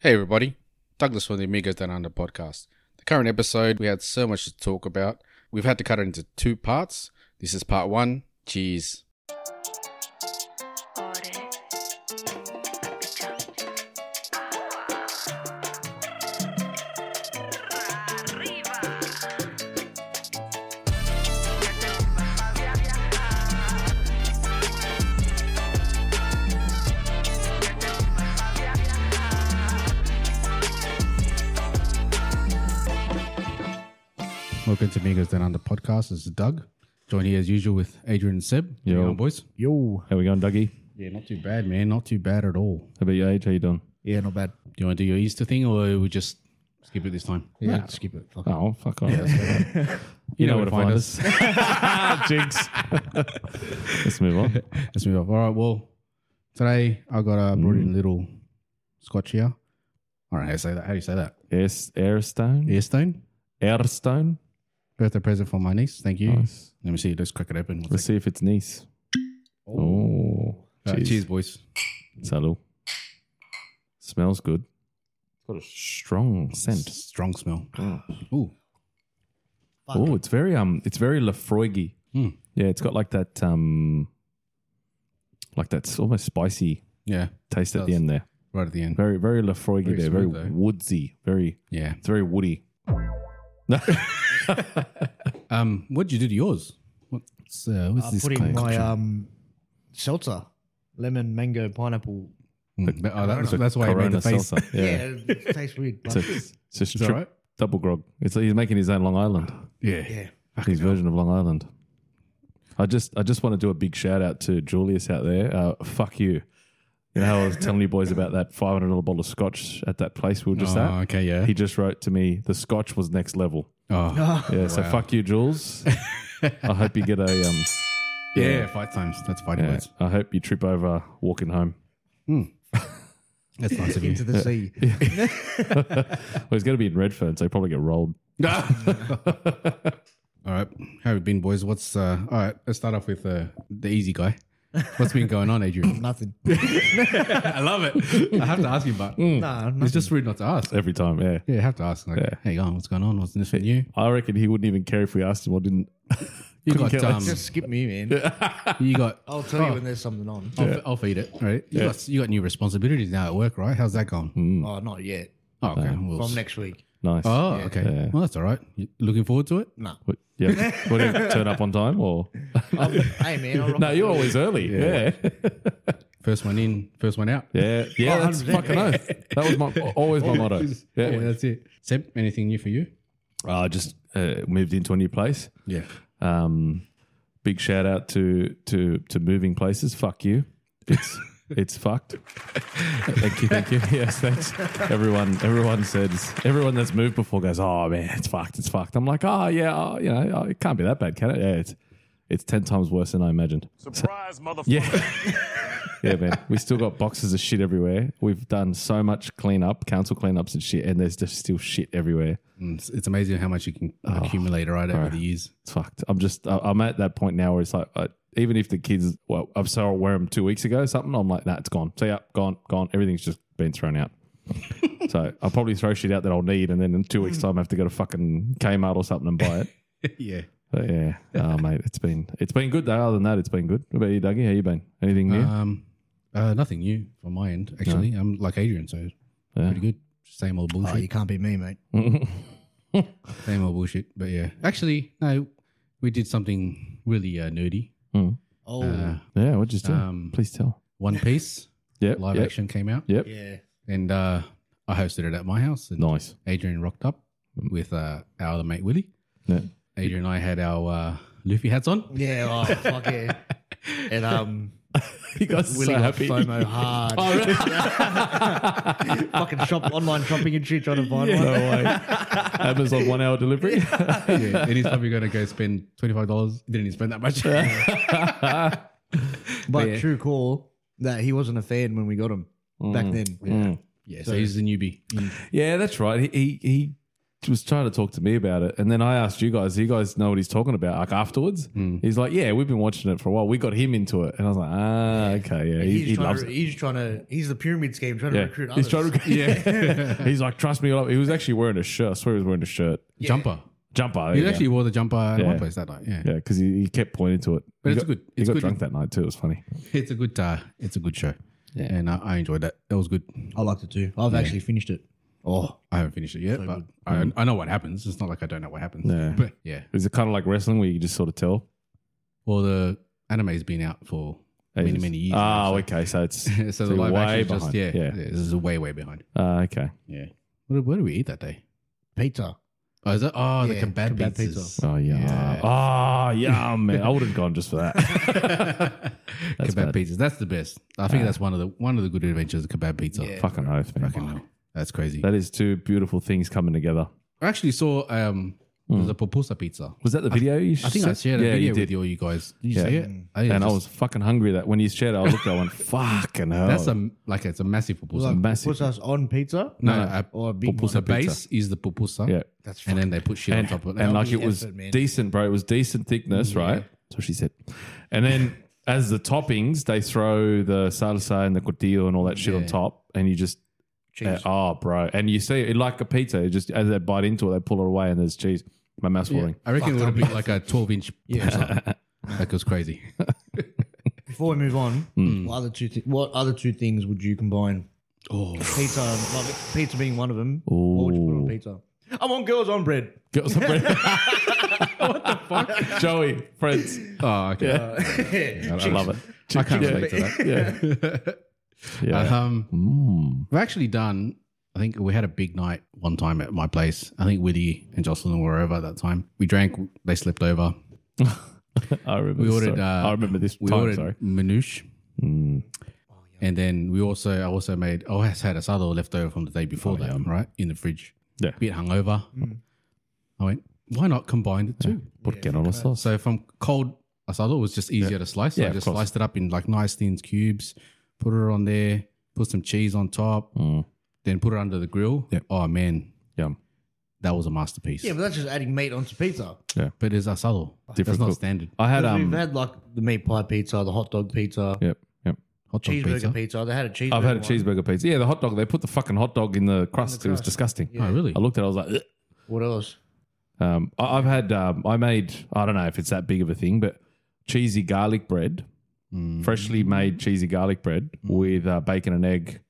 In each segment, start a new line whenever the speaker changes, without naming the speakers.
Hey everybody, Douglas from the Amigos Down Under podcast. The current episode, we had so much to talk about. We've had to cut it into two parts. This is part one. Cheers. Welcome to Amigos Down Under podcast. This is Doug. Joined here as usual with Adrian and Seb.
Yo.
How you going, boys.
Yo.
How we going, Dougie?
Yeah, not too bad, man. Not too bad at all.
How about you, Age? How you doing?
Yeah, not bad.
Do you want to do your Easter thing, or we just skip it this time?
Yeah, skip it. Fuck it.
Oh, fuck off.
You
know where to find Jinx. Let's move on.
Let's move on. All right. Well, today I got uh, brought
Mm.
in a little scotch here. All right. How do you say that? How do you say that?
Yes, Airstone.
Earstone.
Airstone.
Birthday present for my niece. Thank you.
Nice.
Let me see. Let's crack it open. One
Let's
sec.
see if it's nice. Oh,
All right,
cheers.
cheers, boys.
Salud. Smells good. Got a strong scent.
Strong smell. Ooh.
Oh, it's very um, it's very Lafroigy.
Hmm.
Yeah, it's got like that um, like that s- almost spicy
Yeah.
taste at the
Does.
end there.
Right at the end.
Very very Lafroigy
Very
there.
smooth, eh?
very
though.
woodsy. Very
Yeah.
It's very woody. No.
Um, what'd you do to yours? What's, uh, what's
I
this
put in my
concoction?
um, seltzer, lemon, mango, pineapple.
Mm, Oh, that- that's why I made the
Corona
face.
seltzer. Yeah.
it tastes weird.
It's,
Like,
a, it's just
that
trip-
right?
double grog. It's like he's making his own Long Island.
Yeah.
yeah.
his version of Long Island. I just I just want to do a big shout out to Julius out there. Uh, fuck you. You know how I was telling you boys about that five hundred dollar bottle of scotch at that place we were just
Oh,
at.
okay. Yeah.
He just wrote to me the scotch was next level.
Oh.
Yeah. So fuck you, Jules. I hope you get a um.
Yeah. Five times. That's five
yeah,
words.
I hope you trip over walking home.
That's nice of you.
Into the sea.
Well, he's going to be in Redfern, so he probably get rolled.
All right. How have you been, boys? What's uh all right, let's start off with uh, the easy guy. What's been going on, Adrian?
Nothing.
I love it. I have to ask him but
Mm.
nah,
it's
nothing.
just rude not to ask.
Every time, yeah.
Yeah, I have to ask. Like,
Yeah.
hey on, what's going on? What's this with you?
I reckon he wouldn't even care if we asked him or didn't.
You
Couldn't
got
care
um,
Just skip me, man.
you got
I'll tell
Oh.
you when there's something on.
I'll, I'll feed it, right? You got you got new responsibilities now at work, right? How's that going?
Mm. Um,
Oh, not yet.
Oh, okay. Well,
From next week.
Nice.
oh, okay.
Yeah.
Well, that's all right. You looking forward to it?
No.
What, yeah. what, do you have to turn up on time or?
hey, man. I'll rock
no,
it.
you're always early. Yeah. Yeah.
First one in, first one out.
Yeah. Oh, that's fucking oath. That was my, always my motto.
Yeah,
Yeah.
that's it. Seb, anything new for you?
I just uh, moved into a new place.
Yeah.
Um, big shout out to, to, to moving places. Fuck you. It's, it's fucked. thank you. Thank you. Yes. Thanks. Everyone, everyone says, everyone that's moved before goes, oh man, it's fucked. It's fucked. I'm like, oh yeah, oh, you know, oh, it can't be that bad, can it? Yeah. It's, it's 10 times worse than I imagined.
Surprise, motherfucker.
Yeah. yeah, man. We still got boxes of shit everywhere. We've done so much cleanup, council cleanups and shit, and there's just still shit everywhere.
Mm, It's, it's amazing how much you can
Oh,
accumulate, right, over the years.
It's fucked. I'm just, I- I'm at that point now where it's like, I, even if the kids, well, I'm so I'll wear them two weeks ago or something, I'm like, nah, it's gone. So, yeah, gone, gone. Everything's just been thrown out. so, I'll probably throw shit out that I'll need, and then in two weeks' time, I have to go to fucking Kmart or something and buy it.
yeah.
But yeah, oh, mate, it's been it's been good though. Other than that, it's been good. What about you, Dougie? How you been? Anything new?
Um, uh, nothing new from my end, actually. I'm like Adrian, so pretty good. Same old
Oh, you
bullshit.
can't beat me, mate.
Same old bullshit. But yeah, actually, no, we did something really uh, nerdy.
Oh,
Uh,
yeah, what'd you do?
um,
Please tell.
One Piece
Yep.
live
yep,
action came out,
Yep.
yeah.
and uh, I hosted it at my house. And
Nice.
Adrian rocked up with uh, our other mate Willie.
Yeah.
Adrian and I had our uh, Luffy hats on.
Yeah, oh, fuck yeah. And um,
You guys
Willie got FOMO hard.
Oh,
Fucking shop, online shopping and shit, trying to find one.
Amazon one hour delivery.
Yeah, and he's probably going to go spend twenty five dollars. Didn't even spend that much.
But
Yeah.
true call that he wasn't a fan when we
Mm.
got him back then.
yeah, so he's the newbie.
yeah, that's right. He, he he was trying to talk to me about it, and then I asked you guys, "Do you guys know what he's talking about?" Like afterwards,
Hmm.
he's like, "Yeah, we've been watching it for a while. We got him into it," and I was like, "Ah, okay, yeah, he,
He's,
he
trying
loves
to,
it."
he's trying to. He's the pyramid scheme trying to
Yeah,
recruit others.
he's trying to. Yeah, he's like, "Trust me." He was actually wearing a shirt. I swear he was wearing a shirt
Jumper.
jumper.
You
Oh, yeah.
actually wore the jumper at
Yeah.
one place that night. Yeah.
yeah, because he, he kept pointing to it.
But
he
it's
got,
good.
He
It's
got
good.
drunk that night too. It was funny.
It's a good uh it's a good show.
Yeah.
And I, I enjoyed that. It was good.
I liked it too. I've actually finished it. Oh,
I haven't finished it yet, but I, I know what happens. It's not like I don't know what happens.
Mm. Yeah.
But yeah.
Is it kind of like wrestling where you just sort of tell?
Well the anime's been out for many,
Ages.
many years. now,
Oh, okay. So it's
so, so
so
the live
way
action just
behind.
yeah, yeah.
Yeah.
This is way, way behind.
uh, okay.
Yeah. What did, what did we eat that day?
pizza.
Oh, is that oh
Yeah,
the kebab,
kebab
pizzas.
Oh yeah. Oh yum, man. I would have gone just for that.
kebab
bad.
pizzas. That's the best. I think that's one of the one of the good adventures. Kebab pizza.
Fucking oath, man.
Fucking hell. That's crazy.
That is two beautiful things coming together.
I actually saw um
Mm.
there's a pupusa pizza.
Was that the video you
I think I shared a video with you all you guys. Did you
Yeah.
see it?
Mm.
I
And I
just-
was fucking hungry that when you shared it, I looked at it, I went, fucking hell.
that's a like it's a massive pupusa.
Like,
oh. massive.
Puts us on pizza.
no, no, a-
or a big
the
one.
base is the pupusa.
Yeah.
That's
And then they put shit on top of it.
and
Now,
like it was
effort, man.
decent, bro. It was decent thickness, right? So she said. And then as the toppings, they throw the salsa and the cordillo and all that shit on top, and you just uh, oh, bro. And you see it like a pizza. It just as they bite into it, they pull it away, and there's cheese. My mouth's watering.
I reckon it would have been like a 12 inch pupusa. That was crazy.
Before we move on,
Mm.
what other two? Thi- what other two things would you combine?
Oh,
Pizza, and- like, pizza being one of them. What would you put on
Ooh.
pizza? I want girls on bread.
Get some bread. what the fuck, Joey? Friends,
oh okay.
Uh,
I love it.
I can't
Yeah.
relate to that.
Yeah, yeah.
Um,
Mm.
We've actually done. I think we had a big night one time at my place. I think Witty and Jocelyn were over at that time. We drank. They slept over.
I remember.
We
this
ordered.
story.
Uh,
I remember this
We
time.
ordered
sorry.
manoush,
Mm.
and then we also. I also made. I also had asado left over from the day before that. Right in the fridge.
Oh, Yeah. Mm.
Bit hungover. I went. Why not combine the two?
Por que no lo sos?
So from cold asado, it was just easier to slice. So
Yeah,
I
of
just
course.
sliced it up in like nice thin cubes, put it on there, put some cheese on top,
Mm.
then put it under the grill.
Yeah.
Oh man,
Yum.
that was a masterpiece.
Yeah, but that's just adding meat onto pizza.
But it's asado. That's
Different
not
cook.
standard.
I had
'Cause
um.
we've had like the meat pie pizza, the hot dog pizza,
Yep. Yep.
Hot dog
cheeseburger
Oh, pizza.
pizza. They had a cheeseburger.
I've had a
one.
cheeseburger pizza. Yeah, the hot dog. They put the fucking hot dog in the crust. It was disgusting.
Oh, really?
I looked at it. I was like, "Ugh."
What else?
um, I, I've had. Um, I made. I don't know if it's that big of a thing, but cheesy garlic bread,
Mm.
freshly made cheesy garlic bread with uh, bacon and egg,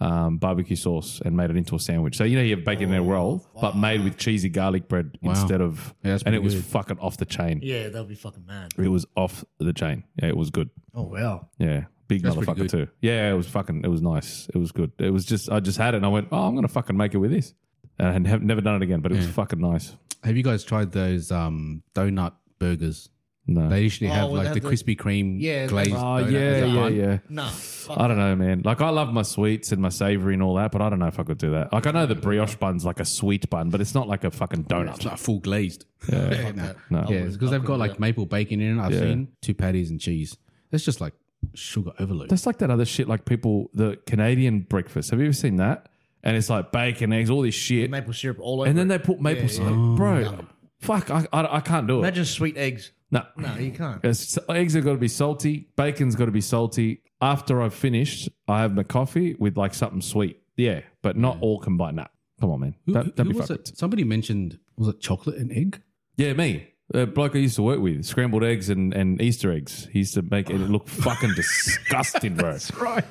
um, barbecue sauce, and made it into a sandwich. So you know you have bacon
Oh,
and egg roll, but made with cheesy garlic bread instead of.
Yeah, that's
and it
pretty
was
good.
fucking off the chain.
Yeah, that will be fucking mad.
It was off the chain. Yeah, it was good.
Oh wow.
Yeah. Big
pretty
motherfucker too. Yeah, it was fucking it was nice. It was good. It was just I just had it and I went, Oh, I'm gonna fucking make it with this. And I have never done it again, but it was fucking nice.
Have you guys tried those um, donut burgers?
No.
They usually
Oh,
have
well,
like
they
the
have
Krispy Kreme
Yeah,
glazed.
Uh, oh
donut. Is
yeah,
that
yeah,
fun?
yeah.
Nah. Fuck.
I don't know, man. Like I love my sweets and my savory and all that, but I don't know if I could do that. Like I know the brioche bun's like a sweet bun, but it's not like a fucking
It's
donut.
like full glazed.
Yeah.
no.
No.
Yeah, because they've got like maple bacon in it. I've
Yeah.
seen two patties and cheese. That's just like sugar overload.
That's like that other shit, like people the Canadian breakfast. Have you ever seen that? And it's like bacon, eggs, all this shit.
maple syrup all over.
And then
it.
they put maple syrup. Bro,
Oh.
fuck, I, I, I can't do it.
imagine sweet eggs.
no.
No, you can't.
Yes, so eggs have got to be salty. Bacon's got to be salty. After I've finished, I have my coffee with like something sweet. Yeah, but not all combined. Nah, come on, man.
Who-
Don't, don't
who
be
was
fucked.
it? Somebody mentioned was it chocolate and egg?
Yeah, me. A bloke I used to work with, scrambled eggs and, and Easter eggs. He used to make it look fucking disgusting, bro.
Right.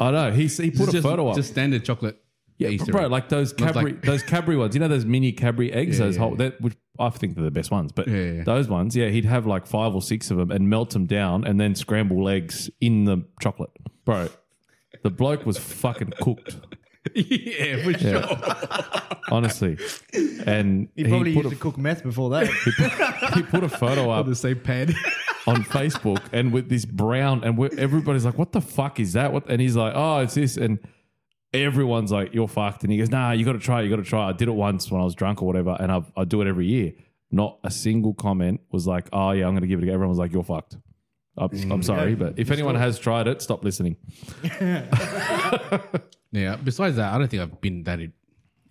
I know. He, he put a
just,
photo up.
just standard chocolate.
yeah,
Easter
bro,
egg.
like those
Not
Cadbury,
like-
those Cadbury ones. You know those mini Cadbury eggs. those
yeah,
whole, that, which I think they're the best ones. But
Yeah, yeah, yeah.
those ones, yeah, he'd have like five or six of them and melt them down, and then scramble eggs in the chocolate, bro. The bloke was fucking cooked,
yeah, for sure.
honestly. And he,
You probably
put
used
a,
to cook meth before that.
he put a photo up
The same pad.
on Facebook and with this brown and we're, everybody's like, "What the fuck is that?" What and he's like, "Oh, it's this," and everyone's like, "You're fucked." And he goes, "Nah, you got to try. it, You got to try. it." I did it once when I was drunk or whatever, and I I do it every year. Not a single comment was like, "Oh yeah, I'm going to give it." a go." Everyone was like, "You're fucked." I'm,
Mm.
I'm sorry, but if anyone has tried it, stop listening.
yeah. Besides that, I don't think I've been that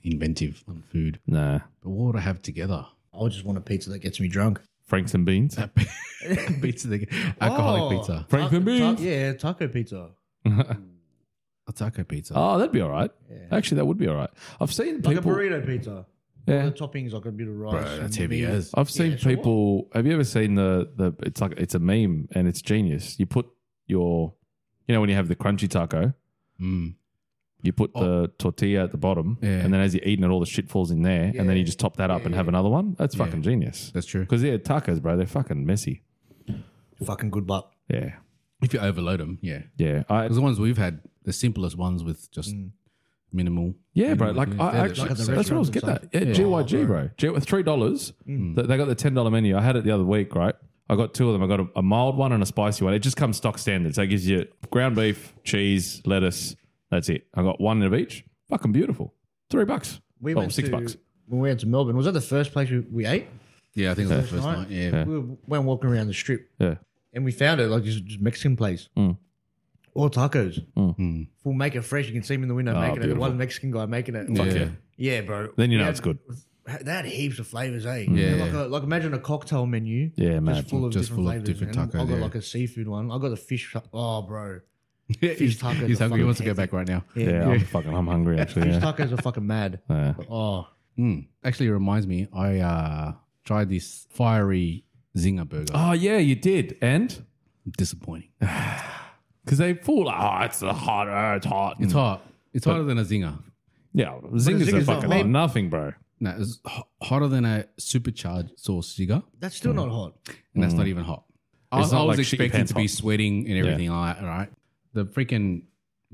inventive on food.
Nah.
But what would I have together?
I just want a pizza that gets me drunk.
Franks and beans.
pizza, the, alcoholic
Oh,
pizza,
Frank
ta-
and
ta-
beans.
yeah, taco pizza.
a taco pizza.
Oh, that'd be all right.
Yeah.
Actually, that would be all right. I've seen
Like
people.
a burrito pizza.
Yeah.
The toppings like a bit of rice.
Bro, that's
and
heavy
meat.
as.
I've seen
Yeah, sure.
people. Have you ever seen the the? It's like it's a meme and it's genius. You put your, you know, when you have the crunchy taco,
Mm.
you put
Oh.
the tortilla at the bottom,
Yeah.
and then as you're eating it, all the shit falls in there, and then you
Yeah.
just top that up and have another one. That's fucking genius.
That's true.
Because yeah, tacos, bro, they're fucking messy.
Fucking good butt.
Yeah,
If you overload them, yeah.
yeah, I,
Because the ones we've had, the simplest ones with just minimal.
yeah, bro.
minimal
Mm, Like
ingredients.
I,
They're
I
the
actually,
shit.
the
that's what I was getting at.
restaurants
Yeah, Mm. GYG, bro. G- with three dollars, th- they got the ten dollar menu. I had it the other week, right? I got two of them. I got a, a mild one and a spicy one. It just comes stock standard. So it gives you ground beef, cheese, lettuce. That's it. I got one of each. Fucking beautiful. Three bucks.
We
oh,
went
six
to,
bucks.
When we went to Melbourne, was that the first place we, we ate?
yeah, I think it was the first
Right?
night. Yeah.
We went walking around the strip
Yeah.
and we found it like this just Mexican place.
Hmm.
Mm.
All tacos.
Mm.
We'll make it fresh. You can see him in the window
Ah,
making it. The
beautiful.
one Mexican guy making it.
Yeah.
Like,
yeah.
yeah, bro.
Then you know
They
it's
had-
good.
They had heaps of flavors, eh?
Yeah.
Like, a, like imagine a cocktail menu.
Yeah, man.
Just full of
Just
different
full of
flavors.
different
and I
tacos,
got
yeah.
like a seafood one. I got the fish. Oh, bro.
he's,
tacos
he's
are
hungry. He
fucking
wants to go
hectic.
back right now.
Yeah, I'm fucking. I'm hungry actually.
Fish
Yeah.
tacos are fucking mad.
Yeah.
Oh,
Mm. Actually, it reminds me, I uh, tried this fiery zinger burger.
Oh Hmm. yeah, you did, and
Disappointing.
because they fall. Like, oh, it's the hot. Oh, it's hot.
It's hot. It's hotter than a zinger.
Yeah, zingers, are
Zingers are
fucking
made-
nothing, bro.
No, it's ho- hotter than a supercharged sauce zinger,
that's still not hot.
and that's not even hot. I,
Hmm. It's
I
not
was
like shit your
expecting
pants
to be
hot.
sweating and everything like that, right? The freaking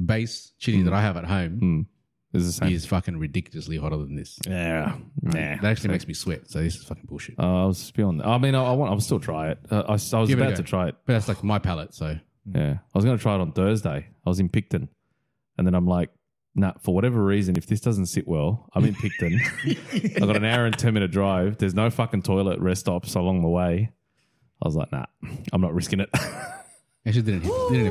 base
Hmm.
chili that I have at home
It's the same. Mm.
is fucking ridiculously hotter than this.
Hmm. Yeah, nah.
That actually makes me sweat. So this is fucking bullshit.
Uh, I was spewing. I mean, I, I want. I'll still try it. Uh, I, I was
Give it a
about
go. Hmm.
to try it.
But that's like my palate. So
Yeah, I was going to try it on Thursday. I was in Picton, and then I'm like, nah. For whatever reason, if this doesn't sit well, I'm in Picton. I got an hour and ten minute drive. There's no fucking toilet rest stops along the way. I was like, nah, I'm not risking it.
actually didn't hit, didn't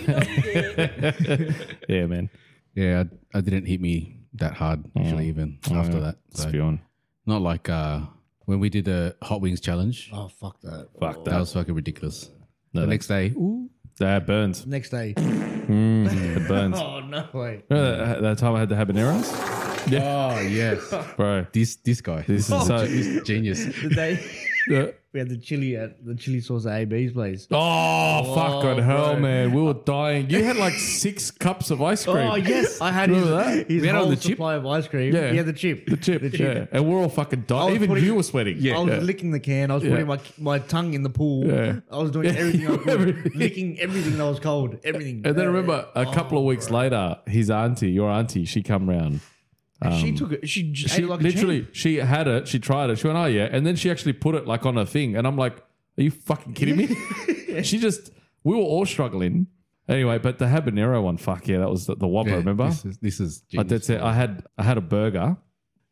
hit,
yeah, man.
yeah, I, I didn't hit me that hard actually even after that. So
Spewing.
not like uh, when we did the hot wings challenge.
Oh, fuck that.
Fuck
That
that.
was fucking ridiculous.
No,
the
that,
next day, ooh,
that burns.
Next day.
Hmm.
It burns.
oh, no way.
Remember that, that time I had the habaneros,
oh yes,
bro.
this this guy,
This is so.
this genius.
The day we had the chili at the chili sauce at AB's place.
Oh, fucking
bro.
hell, man. We were dying. You had like six cups of ice cream.
Oh yes, I had his,
Remember that?
his
We had it on
whole
the chip?
supply of ice cream.
Yeah.
yeah, the chip,
The chip. Yeah. And we're all fucking
was
dying. Even
putting-
you were sweating.
I was licking the can. I was putting my my tongue in the pool.
Yeah.
I was doing everything I could,
Everything.
licking everything that was cold. Everything.
And then
Uh,
remember, a couple of weeks later, his auntie, your auntie, she come round.
she took it. She, j-
um, She
ate like
literally,
A
she had it. She tried it. She went, oh yeah. And then she actually put it like on her thing. And I'm like, are you fucking kidding me? she just, we were all struggling. Anyway, but the habanero one, fuck yeah, that was the, the Whopper,
Yeah,
remember?
This is, this is
I
genius.
did say I had I had a burger,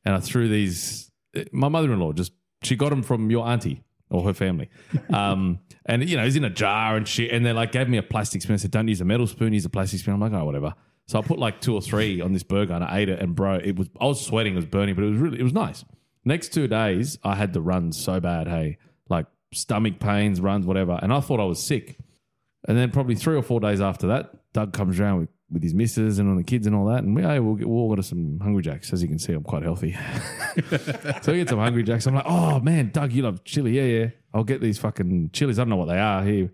and I threw these. My mother-in-law just she got them from your auntie or her family, um, and you know it's in a jar and shit. And they like gave me a plastic spoon. I said, "Don't use a metal spoon. Use a plastic spoon." I'm like, "Oh, whatever." So I put like two or three on this burger and I ate it. And bro, it was I was sweating, it was burning, but it was really it was nice. Next two days, I had the runs so bad. Hey, like stomach pains, runs, whatever. And I thought I was sick. And then probably three or four days after that, Doug comes around with, with his missus and all the kids and all that. And we, hey, we'll, get, we'll order some Hungry Jacks. As you can see, I'm quite healthy. so we get some Hungry Jacks. I'm like, oh, man, Doug, you love chili. Yeah, yeah. I'll get these fucking chilies. I don't know what they are here.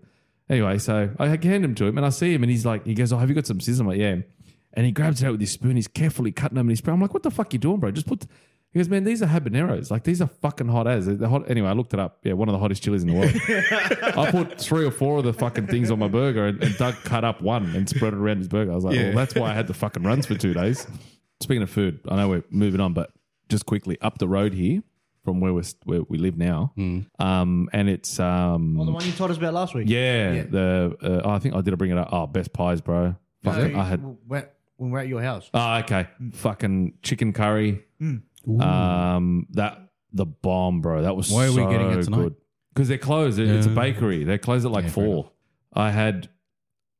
Anyway, so I hand them to him and I see him and he's like, he goes, oh, have you got some scissors? I'm like, yeah. And he grabs it out with his spoon. He's carefully cutting them in his spoon. I'm like, what the fuck you doing, bro? Just put... th-" He goes, man, these are habaneros. Like, these are fucking hot as. They're hot. Anyway, I looked it up. Yeah, one of the hottest chilies in the world. I put three or four of the fucking things on my burger, and, and Doug cut up one and spread it around his burger. I was like, well, that's why I had the fucking runs for two days. Speaking of food, I know we're moving on, but just quickly up the road here from where we where we live now, um, and it's um,
the one you told us about last week.
yeah, the uh, oh, I think I did bring it up. Oh, best pies, bro.
No,
Fucking-
you-
I had
when, when we we're at your house.
Oh, okay. Fucking chicken curry. Um, that the bomb, bro. That was
Why are we
so
getting it tonight?
Because they're closed. It- It's a bakery. They're closed at like
Yeah, fair
four. I had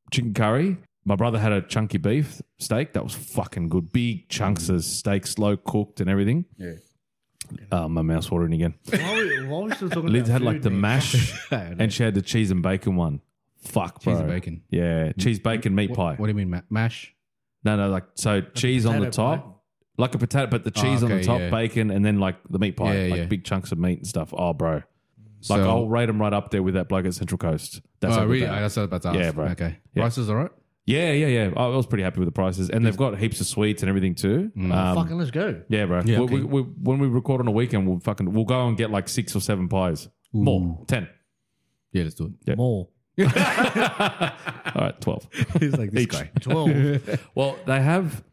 chicken curry, my brother had a chunky beef steak that was fucking good. Big chunks of steak, slow cooked and everything.
Mm. Yeah.
Uh, my mouth's watering again.
Why are we, why are we still talking
Liz
about
had
food,
like the
man?
mash, and she had the cheese and bacon one. Fuck, bro.
Cheese and bacon.
Yeah, cheese bacon meat pie.
What do you mean, ma- mash?
No, no, like so cheese on the
potato
top, like a potato, but the cheese on the
Oh, okay,
top,
yeah.
bacon, and then like the meat pie,
Yeah,
like
yeah.
big chunks of meat and stuff. Oh, bro, like
So-
I'll rate them right up there with that bloke at Central Coast. That's how
oh,
good
really?
they are.
I that's what I was about to ask.
Yeah, bro.
Okay.
Yeah.
Prices all right?
Yeah, yeah, yeah. I I was pretty happy with the prices, and they've got heaps of sweets and everything too.
Mm.
Um,
Fucking let's go.
Yeah, bro. we, we, we, when we record on a weekend, we'll fucking we'll go and get like six or seven pies, more ten.
Yeah, let's do it.
More.
All right, twelve.
He's like this guy.
12.
well, they have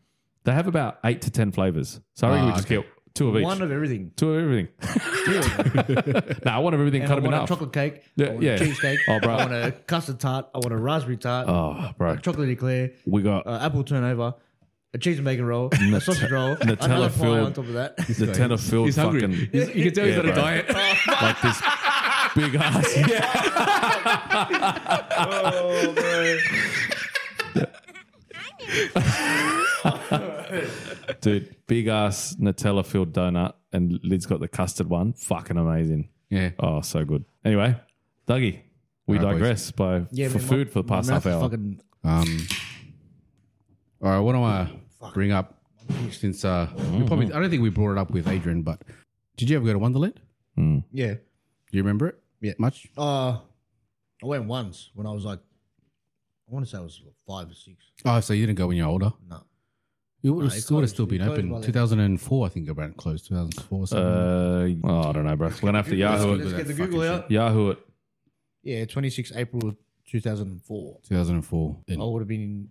they have about eight to ten flavors, so I reckon we
Ah,
just get two of each.
One of everything.
Two of everything. no, I want of everything.
And
cut
I
them in
want a
half.
chocolate cake.
Yeah,
I want
yeah.
a cheesecake.
Oh, bro.
I want a custard tart. I want a raspberry tart.
Oh, bro,
Chocolate eclair.
we got
uh, apple turnover, a cheese and bacon roll, a sausage roll, another pie
filled-
on top of that.
the tenor filled
He's hungry.
fucking
He's- you can tell he's
Yeah,
on a
bro.
diet.
like this big ass. Yeah. Dude, big ass Nutella filled donut, and Lid's got the custard one. Fucking amazing.
Yeah.
Oh, so good. Anyway, Dougie, we
Alright, boys.
digress by for
man,
food
my-
for the past
my
half
mouth
hour.
is Fucking,
Um, all right, what do I
Oh,
bring up? Since uh, we probably, I don't think we brought it up with Adrian, but did you ever go to Wonderland? Do
yeah.
you remember it?
Yeah.
Much?
Uh, I went once when I was like, I want to say I was five or six.
Oh, so you didn't go when you're older?
No.
It would,
it
have, would
closed.
have still
It
been
closed by
open.
then.
2004, I think, around closed. 2004 or something.
Uh, oh, I don't know, bro. We're gonna have to Yahoo it.
Let's get the
Fucking
Google
shit.
out.
Yahoo it.
Yeah, 26 April 2004.
2004.
I would have been in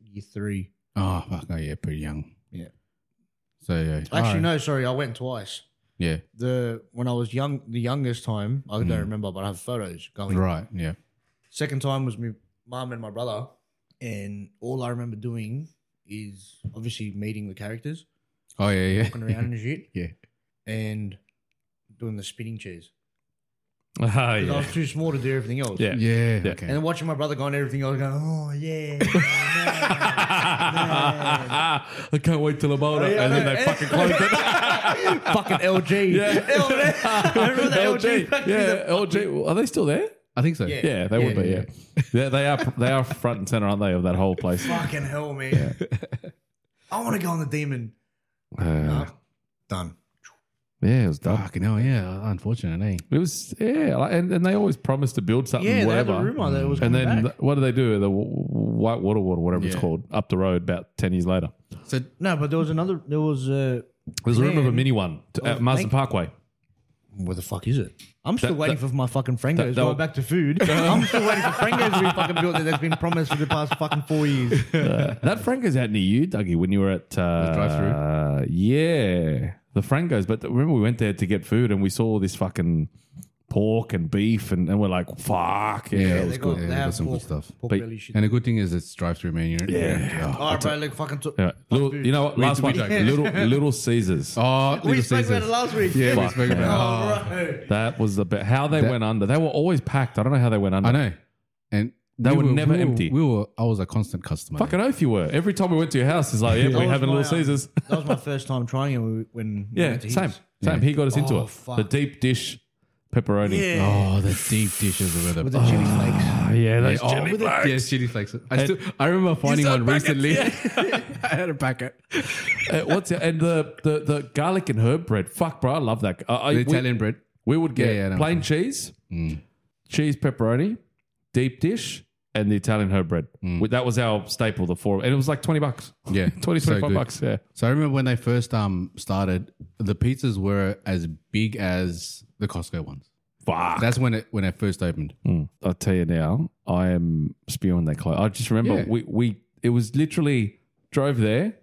year three.
Oh, fuck. Oh, yeah, pretty young.
Yeah.
So, yeah.
Actually, no, sorry. I went twice.
Yeah.
The when I was young, the youngest time I
Hmm.
don't remember, but I have photos going.
Right. Yeah.
Second time was my mum and my brother, and all I remember doing is obviously meeting the characters,
Oh, yeah,
walking
yeah.
around and shit,
yeah.
and doing the spinning chairs.
Oh,
'Cause I
yeah.
was too small to do everything else.
Yeah.
Yeah.
Yeah.
Okay.
And then watching my brother go on everything, I was going, oh yeah. yeah,
I can't wait till I'm older.
Oh, yeah,
and then
I
they
know.
fucking close it.
yeah." Fucking LG.
Yeah.
LG. I remember the LG.
LG. Yeah, LG. Are they still there?
I think so.
Yeah.
Yeah, they would be. Yeah, They- they are. They are front and center, aren't they, of that whole place?
Fucking hell, man. I want to go on the demon.
Uh,
Done.
yeah, it was dark.
Fucking hell, yeah. Unfortunate, eh?
It was. Yeah, like, and, and they always promised to build something.
Yeah,
Uh, whatever.
they had a rumor that it was
and
coming
then
back.
th- what do they do? The w- White Water Water, whatever it's
Yeah.
called, up the road about ten years later.
So,
no, but there was another. There was. Uh,
There's a rumor of a
Then-
mini one to, at
Well,
Marsden
mate-
Parkway.
Where the fuck is it? I'm still
That-
waiting for my fucking Frangos.
that-
Going back to food. I'm still waiting for Frangos to be fucking built that has been promised for the past fucking four years.
That Franco's out near you, Dougie, when you were at uh,
The drive-thru?
Yeah, the Franco's. But remember, we went there to get food and we saw all this fucking pork and beef, and, and we're like, fuck. Yeah.
Yeah.
yeah.
That was
they got,
good. Yeah,
they
they
have
got some good
pork-
stuff.
Pork
But-
belly shit.
and a good thing is it's drive through menu. right?
All right, bro. Look, fucking. Talk.
All right. Little, you know what? Last
we
one.
don't.
Little, little Caesars.
Oh, Little
We spoke about
Caesars.
it last week.
Yeah, we
Fuck,
spoke
yeah.
about it.
Oh, bro.
That was the best. How they went under. They were always packed. I don't know how they went under.
I know. And
They
we
were never
we
empty.
We were. I was a constant customer.
Fucking oath you were. Every time we went to your house, it's like, yeah,
That
we're
was
having
my,
Little
um,
Caesars.
That was my first time trying it when we- when. we
Yeah,
went to
same.
his.
Same. He got us into
Oh,
it.
fuck.
The deep dish pepperoni.
Yeah.
Oh, the deep dishes are where
With
the.
the chili flakes.
Oh, yeah, those
Oh,
chili
with the-
flakes.
yeah, chili flakes. I still. I remember finding
saw
one
packets,
recently. I had a packet.
Uh, what's it? And the, the the garlic and herb bread. Fuck, bro, I love that. Uh, I,
The
we,
Italian bread.
we would get
Yeah, yeah, I know. Mm.
plain cheese, cheese pepperoni, deep dish, and the Italian herb bread.
Mm.
We- That was our staple. The four, and it was like twenty bucks.
Yeah,
20,
so
25
good.
bucks. Yeah,
So I remember when they first um started, the pizzas were as big as the Costco ones.
fuck.
That's when it when it first opened.
Mm. I'll tell you now, I am spewing that clothes. I just remember
Yeah.
we, we it was literally drove there.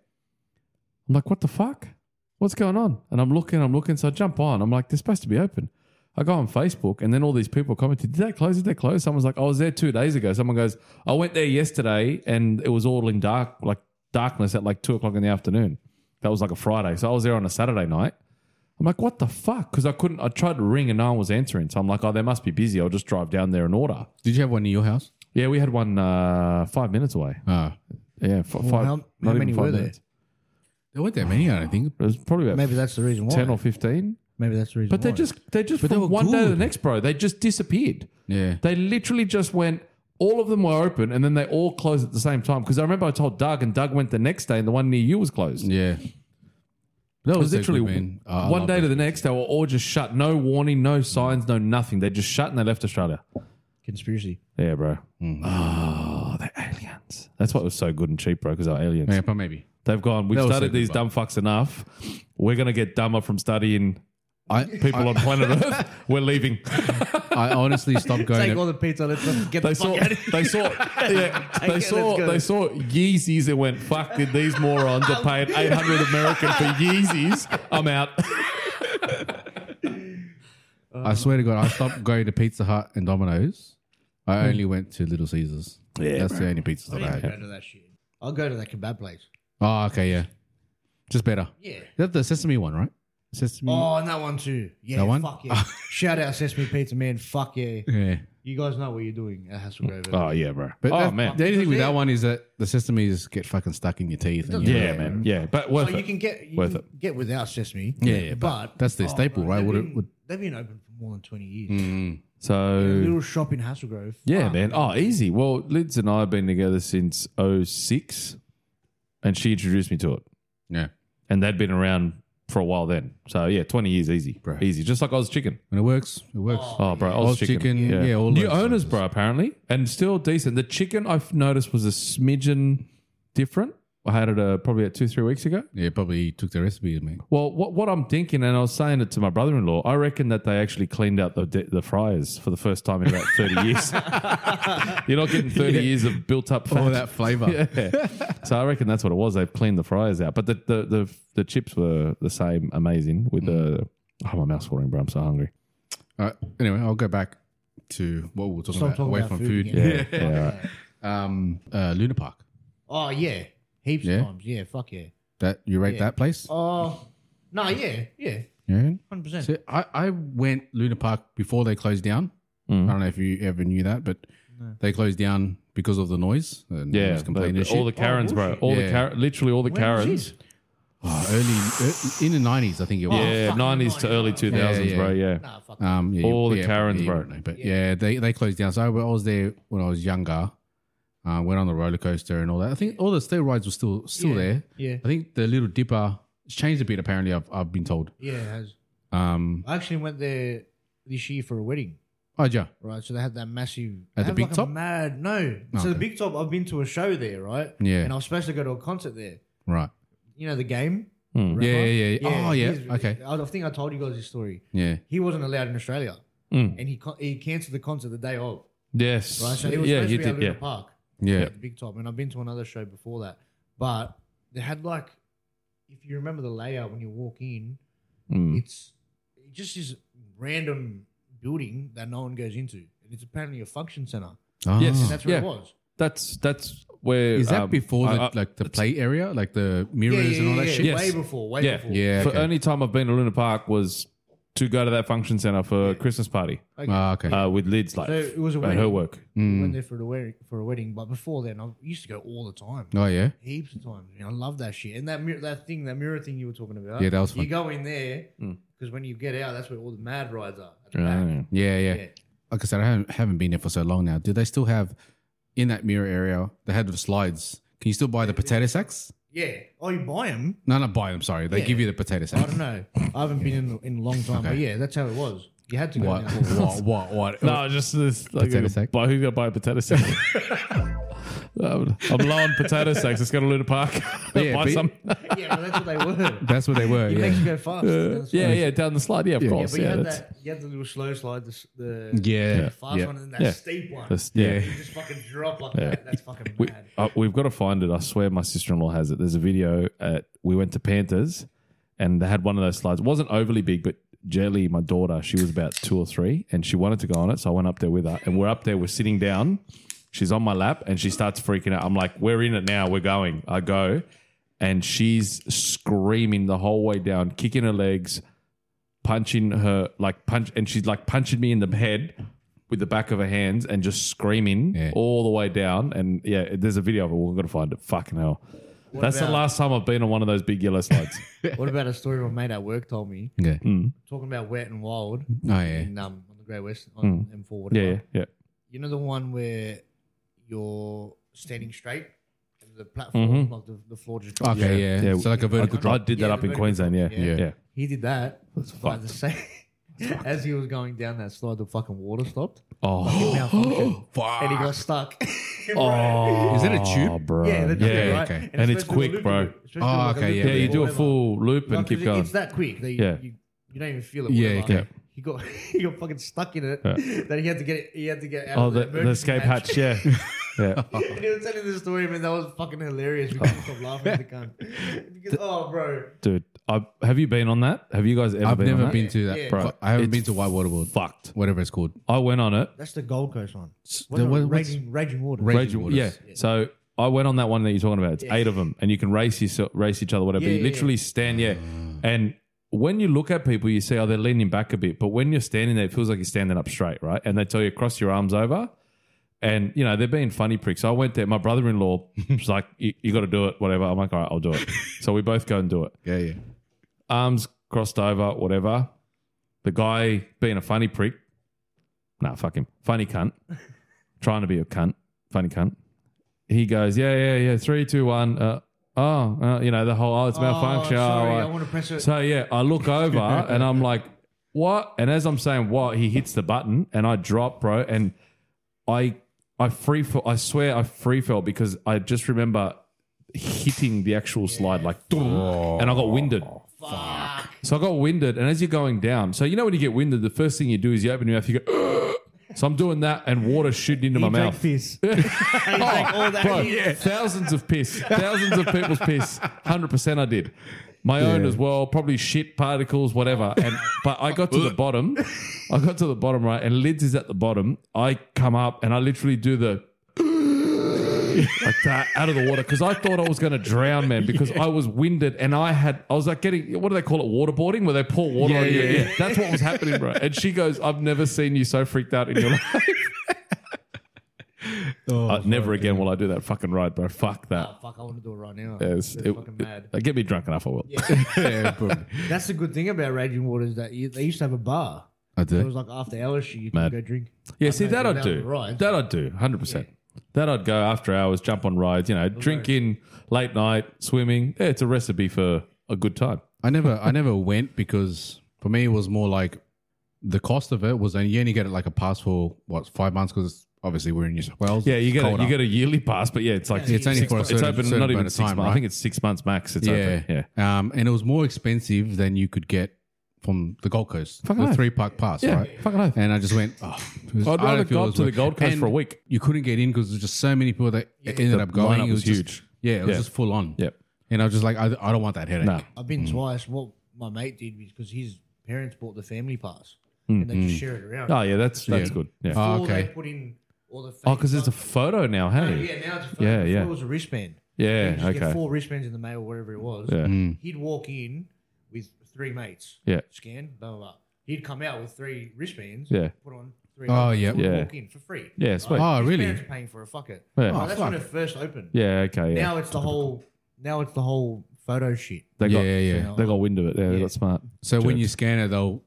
I'm like, what the fuck? What's going on? And I'm looking, I'm looking. So I jump on. I'm like, they're supposed to be open. I go on Facebook and then all these people commented, did they close? Did they close? Someone's like, I was there two days ago. Someone goes, I went there yesterday and it was all in dark, like darkness at like two o'clock in the afternoon. That was like a Friday. So I was there on a Saturday night. I'm like, what the fuck? Because I couldn't, I tried to ring and no one was answering. So I'm like, oh, they must be busy. I'll just drive down there and order.
Did you have one in your house?
Yeah, we had one uh, five minutes away.
Ah,
Yeah, f- five.
Well, how-
not
how
even
many
five
were there?
minutes.
there weren't that many. I don't think.
It was probably about
Maybe that's the reason why.
ten or fifteen.
Maybe that's the reason.
But they
why.
just they just
But they
from
were
one day to the
good.
next, bro. They just disappeared.
Yeah.
They literally just went. All of them were open, and then they all closed at the same time. Because I remember I told Doug, and Doug went the next day, and the one near you was closed.
Yeah.
That was
was a
literally
good man. I-
uh,
I
one
love
day
it.
to the next. They were all just shut. No warning, no signs, no nothing. They just shut and they left Australia.
conspiracy.
Yeah, bro. Oh, they're aliens. That's why it was so good and cheap, bro, because they're aliens.
Yeah, but maybe.
They've gone, we've
That was so
studied
good,
these
bro.
dumb fucks enough. We're going to get dumber from studying
I
people on planet Earth. We're leaving.
I honestly stopped going.
Take
to-
all the pizza. Let's go get
They
the
saw,
fuck out of here.
they saw, yeah, they
let's
saw,
go.
they saw Yeezys and went, fuck, did these morons are paying 800 American for Yeezys? I'm out.
I swear to God, I stopped going to Pizza Hut and Domino's. I only went to Little Caesars. Yeah, that's the only pizzas that I
I
had.
go to that shit. I'll go to that kebab place.
Oh, okay, yeah, just better.
Yeah.
That's the sesame one, right? Sesame.
Oh, and that one too. Yeah,
That one?
fuck yeah. Shout out Sesame Pizza, man. Fuck yeah.
Yeah,
You guys know what you're doing at Hasselgrove.
Oh, yeah, bro.
but
oh,
that-
man.
the only thing with that one is that the sesames get fucking stuck in your teeth. And you-
Yeah, man. Yeah, but worth
so you
it.
can get you
Worth
can get without sesame. Oh,
Yeah, yeah, but that's their staple, right?
They've
Would it-
been,
would- Mm.
they've been open for more than twenty years. A
So
little shop in Ah. Hasselgrove.
yeah,
Fuck.
man. Oh, easy. Well, Lids and I have been together since 06 and she introduced me to it.
yeah.
And they'd been around for a while then. So yeah, 20 years easy.
Bro.
Easy. Just like Oz Chicken.
When it works, it works.
Oh, bro. Oz,
Oz
Chicken.
Chicken, yeah, all
New
those
owners, bro, apparently. And still decent. The chicken I've noticed was a smidgen different. I had it uh, probably about two, three weeks ago.
Yeah, probably took the recipe, mate.
Well, what, what I'm thinking, and I was saying it to my brother in law, I reckon that they actually cleaned out the, the fryers for the first time in about 30 years. You're not getting 30 years of built up fat.
All Oh, that flavor.
Yeah. so I reckon that's what it was. They've cleaned the fryers out, but the the the, the chips were the same, amazing. With the oh, my mouth's watering, bro. I'm so hungry.
All right. Anyway, I'll go back to what we were talking
Stop
about,
talking
away
about
from
food
food.
again.
Yeah, yeah, right.
Um, uh, Luna Park.
Oh yeah. Heaps
Yeah?
of times. Yeah, fuck yeah.
That you rate that place?
Oh no, yeah, yeah.
Yeah.
Hundred percent.
So I, I went Luna Park before they closed down.
Mm.
I don't know if you ever knew that, but they closed down because of the noise. And
yeah.
noise complaint
the-
and
all the
shit.
Karens, bro.
bullshit.
All the
Yeah.
Karen, literally all the
was
Karens.
this? Oh,
Oh, early in the nineties, I think it was.
Yeah,
fucking
90s to
90s.
early 2000s,
Yeah,
bro. Yeah,
Nah, fuck.
Um, yeah,
All the
yeah,
Karens,
yeah,
bro.
you know, But yeah. they they closed down. So I was there when I was younger. Uh, went on the roller coaster and all that. I think all the stay rides were still still
Yeah,
there.
yeah.
I think the Little Dipper it's changed a bit. Apparently, I've I've been told.
yeah, it has.
Um,
I actually went there this year for a wedding.
oh yeah,
right? So they had that massive they
At the
have
Big
like a
Top? Oh,
Mad no. So the
Okay.
Big Top, I've been to a show there, right?
Yeah.
And I was supposed to go to a concert there.
right.
You know the game.
Hmm.
Yeah,
Rapper?
yeah, yeah. Oh, yeah.
he's-
Okay.
I I think I told you guys this story.
Yeah,
He wasn't allowed in Australia,
Mm.
and he con- he cancelled the concert the day of.
yes,
Right. So it was
yeah,
supposed
he
to be at
did.
Luna
Yeah,
Park.
yeah.
at the Big Top, and I've been to another show before that, but they had like, if you remember the layout when you walk in,
Hmm.
Mm.
it's it just this random building that no one goes into, and it's apparently a function center.
Ah.
Yes.
And that's where
Yeah.
it was.
that's that's where
Is that
um,
before
I-
the, uh,
I-
like the play area, like the mirrors
Yeah, yeah,
and all
yeah,
that
yeah.
shit?
Yes.
Way before, way
Yeah.
before.
Yeah.
for
okay.
only time I've been to Luna Park was to go to that function center for a Christmas party
Okay.
Ah, okay.
uh, with Lids, like
so it was a
at
wedding.
her work.
We
Mm.
went there for the wedding, for a wedding, but before then, I used to go all the time.
Oh yeah.
Heaps of times. I love that shit. And that mir- that thing, that mirror thing you were talking about.
Yeah, that was fun. Hmm.
You go in there
Mm.
because when you get out, that's where all the mad rides are. At the back.
Yeah.
yeah, yeah,
Yeah.
Like I said, I haven't, haven't been there for so long now. Do they still have in that mirror area? They had the slides. Can you still buy the potato sacks?
Yeah. Oh, you buy them?
No, not buy them. Sorry, they
Yeah.
give you the potato
I
sacks.
don't know. I haven't been in in a long time, but
Okay.
yeah, that's how it was. You had to go.
What?
down.
what? What? What?
No, just this. Like,
Potato sack?
Buy, who's going to buy a potato sack? Um, I'm low on potato sacks. Let's go to Luna Park.
Yeah,
buy
but-
some.
yeah, but that's what they were.
That's what they were.
It
yeah.
makes you go fast. That's
yeah,
fast.
yeah, down the slide. Yeah, of
Yeah,
course.
but you
Yeah,
had
that's,
that. You had the little slow slide, the s- the
yeah.
the fast
Yeah.
one, and then that
Yeah.
steep one.
that's-
Yeah.
yeah.
You just fucking drop like that. That's fucking
We,
mad.
uh, we've got to find it. I swear, my sister-in-law has it. There's a video. At, we went to Panthers, and they had one of those slides. It wasn't overly big, but Jelly, my daughter, she was about two or three, and she wanted to go on it. So I went up there with her, and we're up there. We're sitting down. She's on my lap, and she starts freaking out. I'm like, "We're in it now. We're going." I go, and she's screaming the whole way down, kicking her legs, punching her like punch, and she's like punching me in the head. with the back of her hands and just screaming
Yeah.
all the way down. And yeah, there's a video of it. We're gonna find it. Fucking hell. That's the
about-
last time I've been on one of those big yellow slides.
What about a story my mate at work told me?
Yeah.
Mm.
Talking about wet and wild
Oh yeah.
in, um, on the Great West on M4,
Hmm. Yeah,
whatever.
yeah, yeah.
You know the one where you're standing straight and the platform,
Mhm.
like the, the floor just drops.
Okay. Yeah.
Yeah.
So like a vertical
I,
drop.
I did that
Yeah,
up in
vertical
Queensland. Yeah,
drop,
yeah.
yeah.
He did that. Like
fucked.
the same, as he was going down that slide, the fucking water stopped
Oh,
malfunctioned, and he
Fuck.
got stuck.
oh,
Is that a tube?
bro?
Yeah, that's
yeah.
it, right?
okay.
And it's
supposed to do a
quick,
loop
bro.
of it. It's supposed to do
Oh,
like a
okay,
loop
yeah,
Yeah,
of
you
it,
do a
whatever.
full loop and
Like, 'cause
keep
it-
going.
It's that quick that you,
Yeah.
you, you don't even feel it.
Yeah,
whatever.
okay.
He got he got fucking stuck in it. That he had to get it, he had to get out.
Oh,
of
the, the escape hatch. Yeah, yeah.
and he was telling the story, man. That was fucking hilarious. We couldn't stop laughing at the cunt. Because, oh, bro.
Dude, I, have you been on that? Have you guys ever
I've
been on
never
that?
been to that.
Yeah.
Bro, I haven't been
It's
to Whitewater World.
fucked.
Whatever it's called.
I went on it.
That's the Gold Coast one.
the- what- what's-
raging, raging water.
Raging
Rage-
Waters.
yeah. So I went on that one that you're talking about. It's
Yeah.
eight of them, and you can race yourself, race each other, whatever.
Yeah,
you
yeah,
literally stand, yeah. And when you look at people, you see, oh, they're leaning back a bit. But when you're standing there, it feels like you're standing up straight, right? And they tell you cross your arms over. And you know they're being funny pricks. So I went there. My brother-in-law was like, "You, you got to do it, whatever." I'm like, "All right, I'll do it." so we both go and do it.
Yeah. Yeah.
arms crossed over, whatever. The guy being a funny prick. Nah, fuck him. Funny cunt. Trying to be a cunt. Funny cunt. He goes, yeah, yeah, yeah. Three, two, one. Uh, oh, uh, you know, the whole, oh, it's
Oh,
malfunction. oh,
sorry,
right.
I want to press it.
So yeah, I look over and I'm like, what? And as I'm saying what, he hits the button and I drop, bro, and I I free fell. I swear I free fell because I just remember hitting the actual slide like boom, and I got winded.
Fuck.
So I got winded, and as you're going down, so you know when you get winded, the first thing you do is you open your mouth, you go, so I'm doing that, and water shooting into my
He drank
mouth.
piss. He drank all that.
Bro,
Yeah.
thousands of piss, thousands of people's piss. Hundred percent, I did. My own as well, probably shit particles, whatever. And but I got to the bottom. I got to the bottom right, and Lids is at the bottom. I come up and I literally do the like that out of the water because I thought I was going to drown, man. Because I was winded and I had I was like getting what do they call it waterboarding where they pour water on you.
yeah, yeah.
Yeah, that's what was happening, bro. And she goes, "I've never seen you so freaked out in your life." Uh, never again will I do that fucking ride, bro. Fuck that.
Oh, Fuck, I want to do it right now.
Yes,
That's
it-
fucking
it-
mad.
uh, get me drunk enough, I will.
yeah. Probably.
That's the good thing about Raging Water is that you, they used to have a bar.
I
It
do.
was like after hours shit, you could
Mad.
go drink.
Yeah, see
know,
that
go
I'd
down
do.
the rides.
That I'd do, hundred percent. That I'd go after hours, jump on rides, you know, drink in late night, swimming. Yeah, it's a recipe for a good time.
I never. I never went because for me it was more like the cost of it was, and you only get like a pass for what five months because obviously we're in New South Wales.
Yeah, you get
colder.
a, you get a yearly pass, but yeah, it's like
It's only
six
for a
months-
certain-
it's open
certain
not even
amount of
six
time,
months. I
right?
think it's six months max. It's open. Yeah,
Um, and it was more expensive than you could get from the Gold Coast,
Fucking
the
oath.
three park pass,
Yeah,
right?
fucking oath.
And I just went. Oh, it was-
I'd
I don't
rather
feel
go
it
up
was
to the
worth-
Gold Coast
and
for a week.
You couldn't get in because there's just so many people that e-, ended up going.
lineup
It
was
just-
huge.
Yeah, it was
Yeah.
just full on.
Yep.
And I was just like, I, I don't want that headache.
Nah.
I've been twice. What my mate did was because his parents bought the family pass and they just share it around.
Mm, Oh yeah, that's that's good. Yeah.
Oh,
Before
okay.
they put in all the Oh,
oh, because there's a photo now, hey.
yeah, now it's a
Yeah,
Before
yeah.
It was a wristband.
Yeah.
You just get
okay.
four wristbands in the mail, whatever it was.
Yeah.
Mm.
He'd walk in with three mates.
Yeah.
Scan, blah blah blah. He'd come out with three wristbands.
Yeah.
Put on three.
Oh,
mates,
yeah.
would
Yeah.
Walk in for free.
Yeah. Sweet.
Oh,
His
really?
Parents are paying for a fuck it.
Yeah.
Oh, that's when
fuck.
it first opened.
Yeah. Okay. Yeah.
Now it's the whole. Now it's the whole photo shit.
They
Yeah,
got,
yeah, yeah.
They got wind of it. Yeah, they
Yeah.
got smart.
So when you scan it, they'll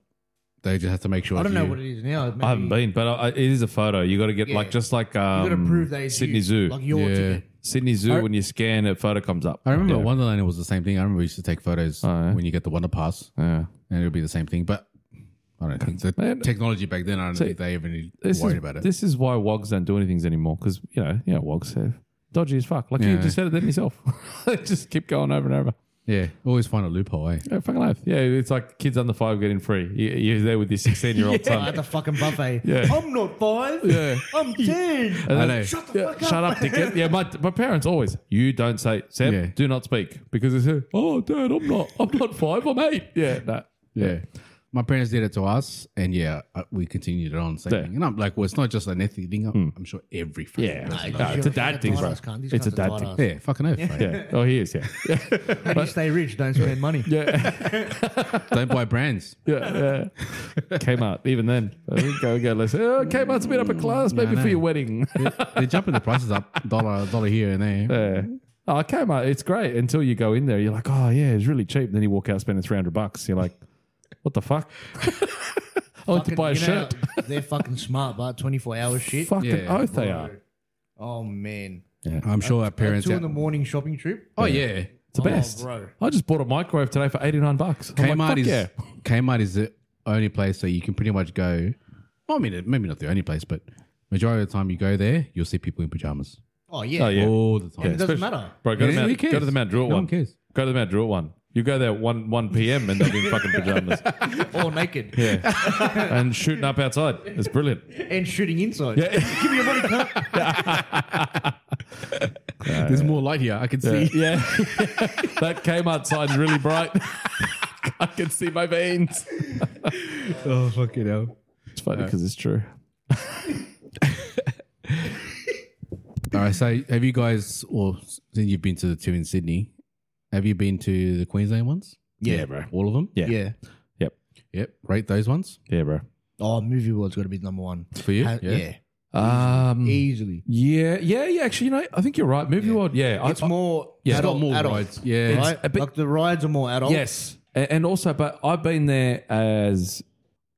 they just have to make sure.
I don't
it's
know
you.
what it is now. Maybe
I haven't been, but I, I- it is a photo. You got to get
Yeah.
like just like
You
um,
got to prove that it's
Sydney
you,
Zoo.
like your
Yeah.
ticket.
Sydney Zoo. when you scan, a photo comes up.
I remember
Yeah. Oh,
at Wonderland it was the same thing. I remember we used to take photos
yeah.
when you get the Wonder Pass,
Yeah.
and it would be the same thing. But I don't think the
Man.
technology back then. I don't
So
think they even
This
worried
is,
about it.
This is why wogs don't do anything anymore because you know, yeah, wogs have dodgy as fuck. Like you
Yeah.
just said it then yourself. They just keep going over and over.
yeah, always find a loophole. Eh?
Yeah, fucking life. Yeah, it's like kids under five getting free. You, you're there with your 16 year old
Oh, at
son.
the fucking buffet.
Yeah.
I'm not five.
Yeah.
I'm ten.
And
I
then-
know.
Shut the
Yeah,
fuck up.
shut up, dickhead. Yeah, my, my parents always. You don't say, Sam.
Yeah.
Do not speak because they say, "Oh, dad, I'm not. I'm not five. I'm eight. Yeah, no.
Yeah, My parents did it to us, and yeah, uh, we continued it on. Same
Yeah. Hmm.
thing. And I'm like, well, it's not just an ethnic thing. I'm, I'm sure every fucking
Yeah.
person
Nah,
does
it's a dad thing, bro. It's a dad thing.
it. yeah, fucking oath. mate.
Yeah. Oh, he is. Yeah. yeah.
How do you stay rich? Don't spend money.
Yeah.
Don't buy brands.
Yeah. Kmart. Even then, I think I would go less. Oh, Kmart's a bit up a class. Maybe
I
for
know.
your wedding.
They're jumping the prices up, dollar dollar here and there.
Yeah. Oh, Kmart, it's great until you go in there. You're like, oh yeah, it's really cheap. And then you walk out spending three hundred bucks. You're like, what the fuck? I went to
Fucking-
buy a
you know,
shirt.
they're fucking smart, but 24 hour shit.
Fucking
Yeah.
oath they are.
Oh, man.
I'm sure our
A
parents.
two in the
Out,
morning shopping trip.
oh yeah,
It's the best.
bro.
I just bought a microwave today for eighty nine bucks. I'm
Kmart
like, fuck
is
yeah.
Kmart is the only place that you can pretty much go. Well, I mean, maybe not the only place, but majority of the time you go there, you'll see people in pajamas
Oh, yeah.
Oh, yeah.
all the time.
It doesn't matter.
Bro, go, to,
Yeah, who
Mount, go
cares?
to the Mount Druitt
No
one.
one cares.
Go to the Mount Druitt one. You go there at one one p.m. and they'll be in fucking pajamas.
All naked.
Yeah, and shooting up outside. It's brilliant.
And shooting inside. Give me your money, cunt.
There's more light here. I can see.
Yeah, that Kmart sign's really bright. I can see my veins.
Oh fucking hell!
It's funny because it's true.
All right, so have you guys, or since you've been to the two in Sydney, have you been to the Queensland ones?
Yeah,
bro.
All of them?
Yeah.
Yeah.
Yep.
Yep. Rate those ones
Yeah, bro.
Oh, movie world's got to be number one.
for you.
Ha- yeah.
Um.
Easily.
Yeah, yeah, yeah. Actually, you know, I think you're right. Movie World. Yeah, I-
It's
I-
more
Yeah,
adult.
it's got more
adult,
rides. Yeah. It's-
Right?
a bit-
like the rides are more adult.
Yes, A- and also, but I've been there as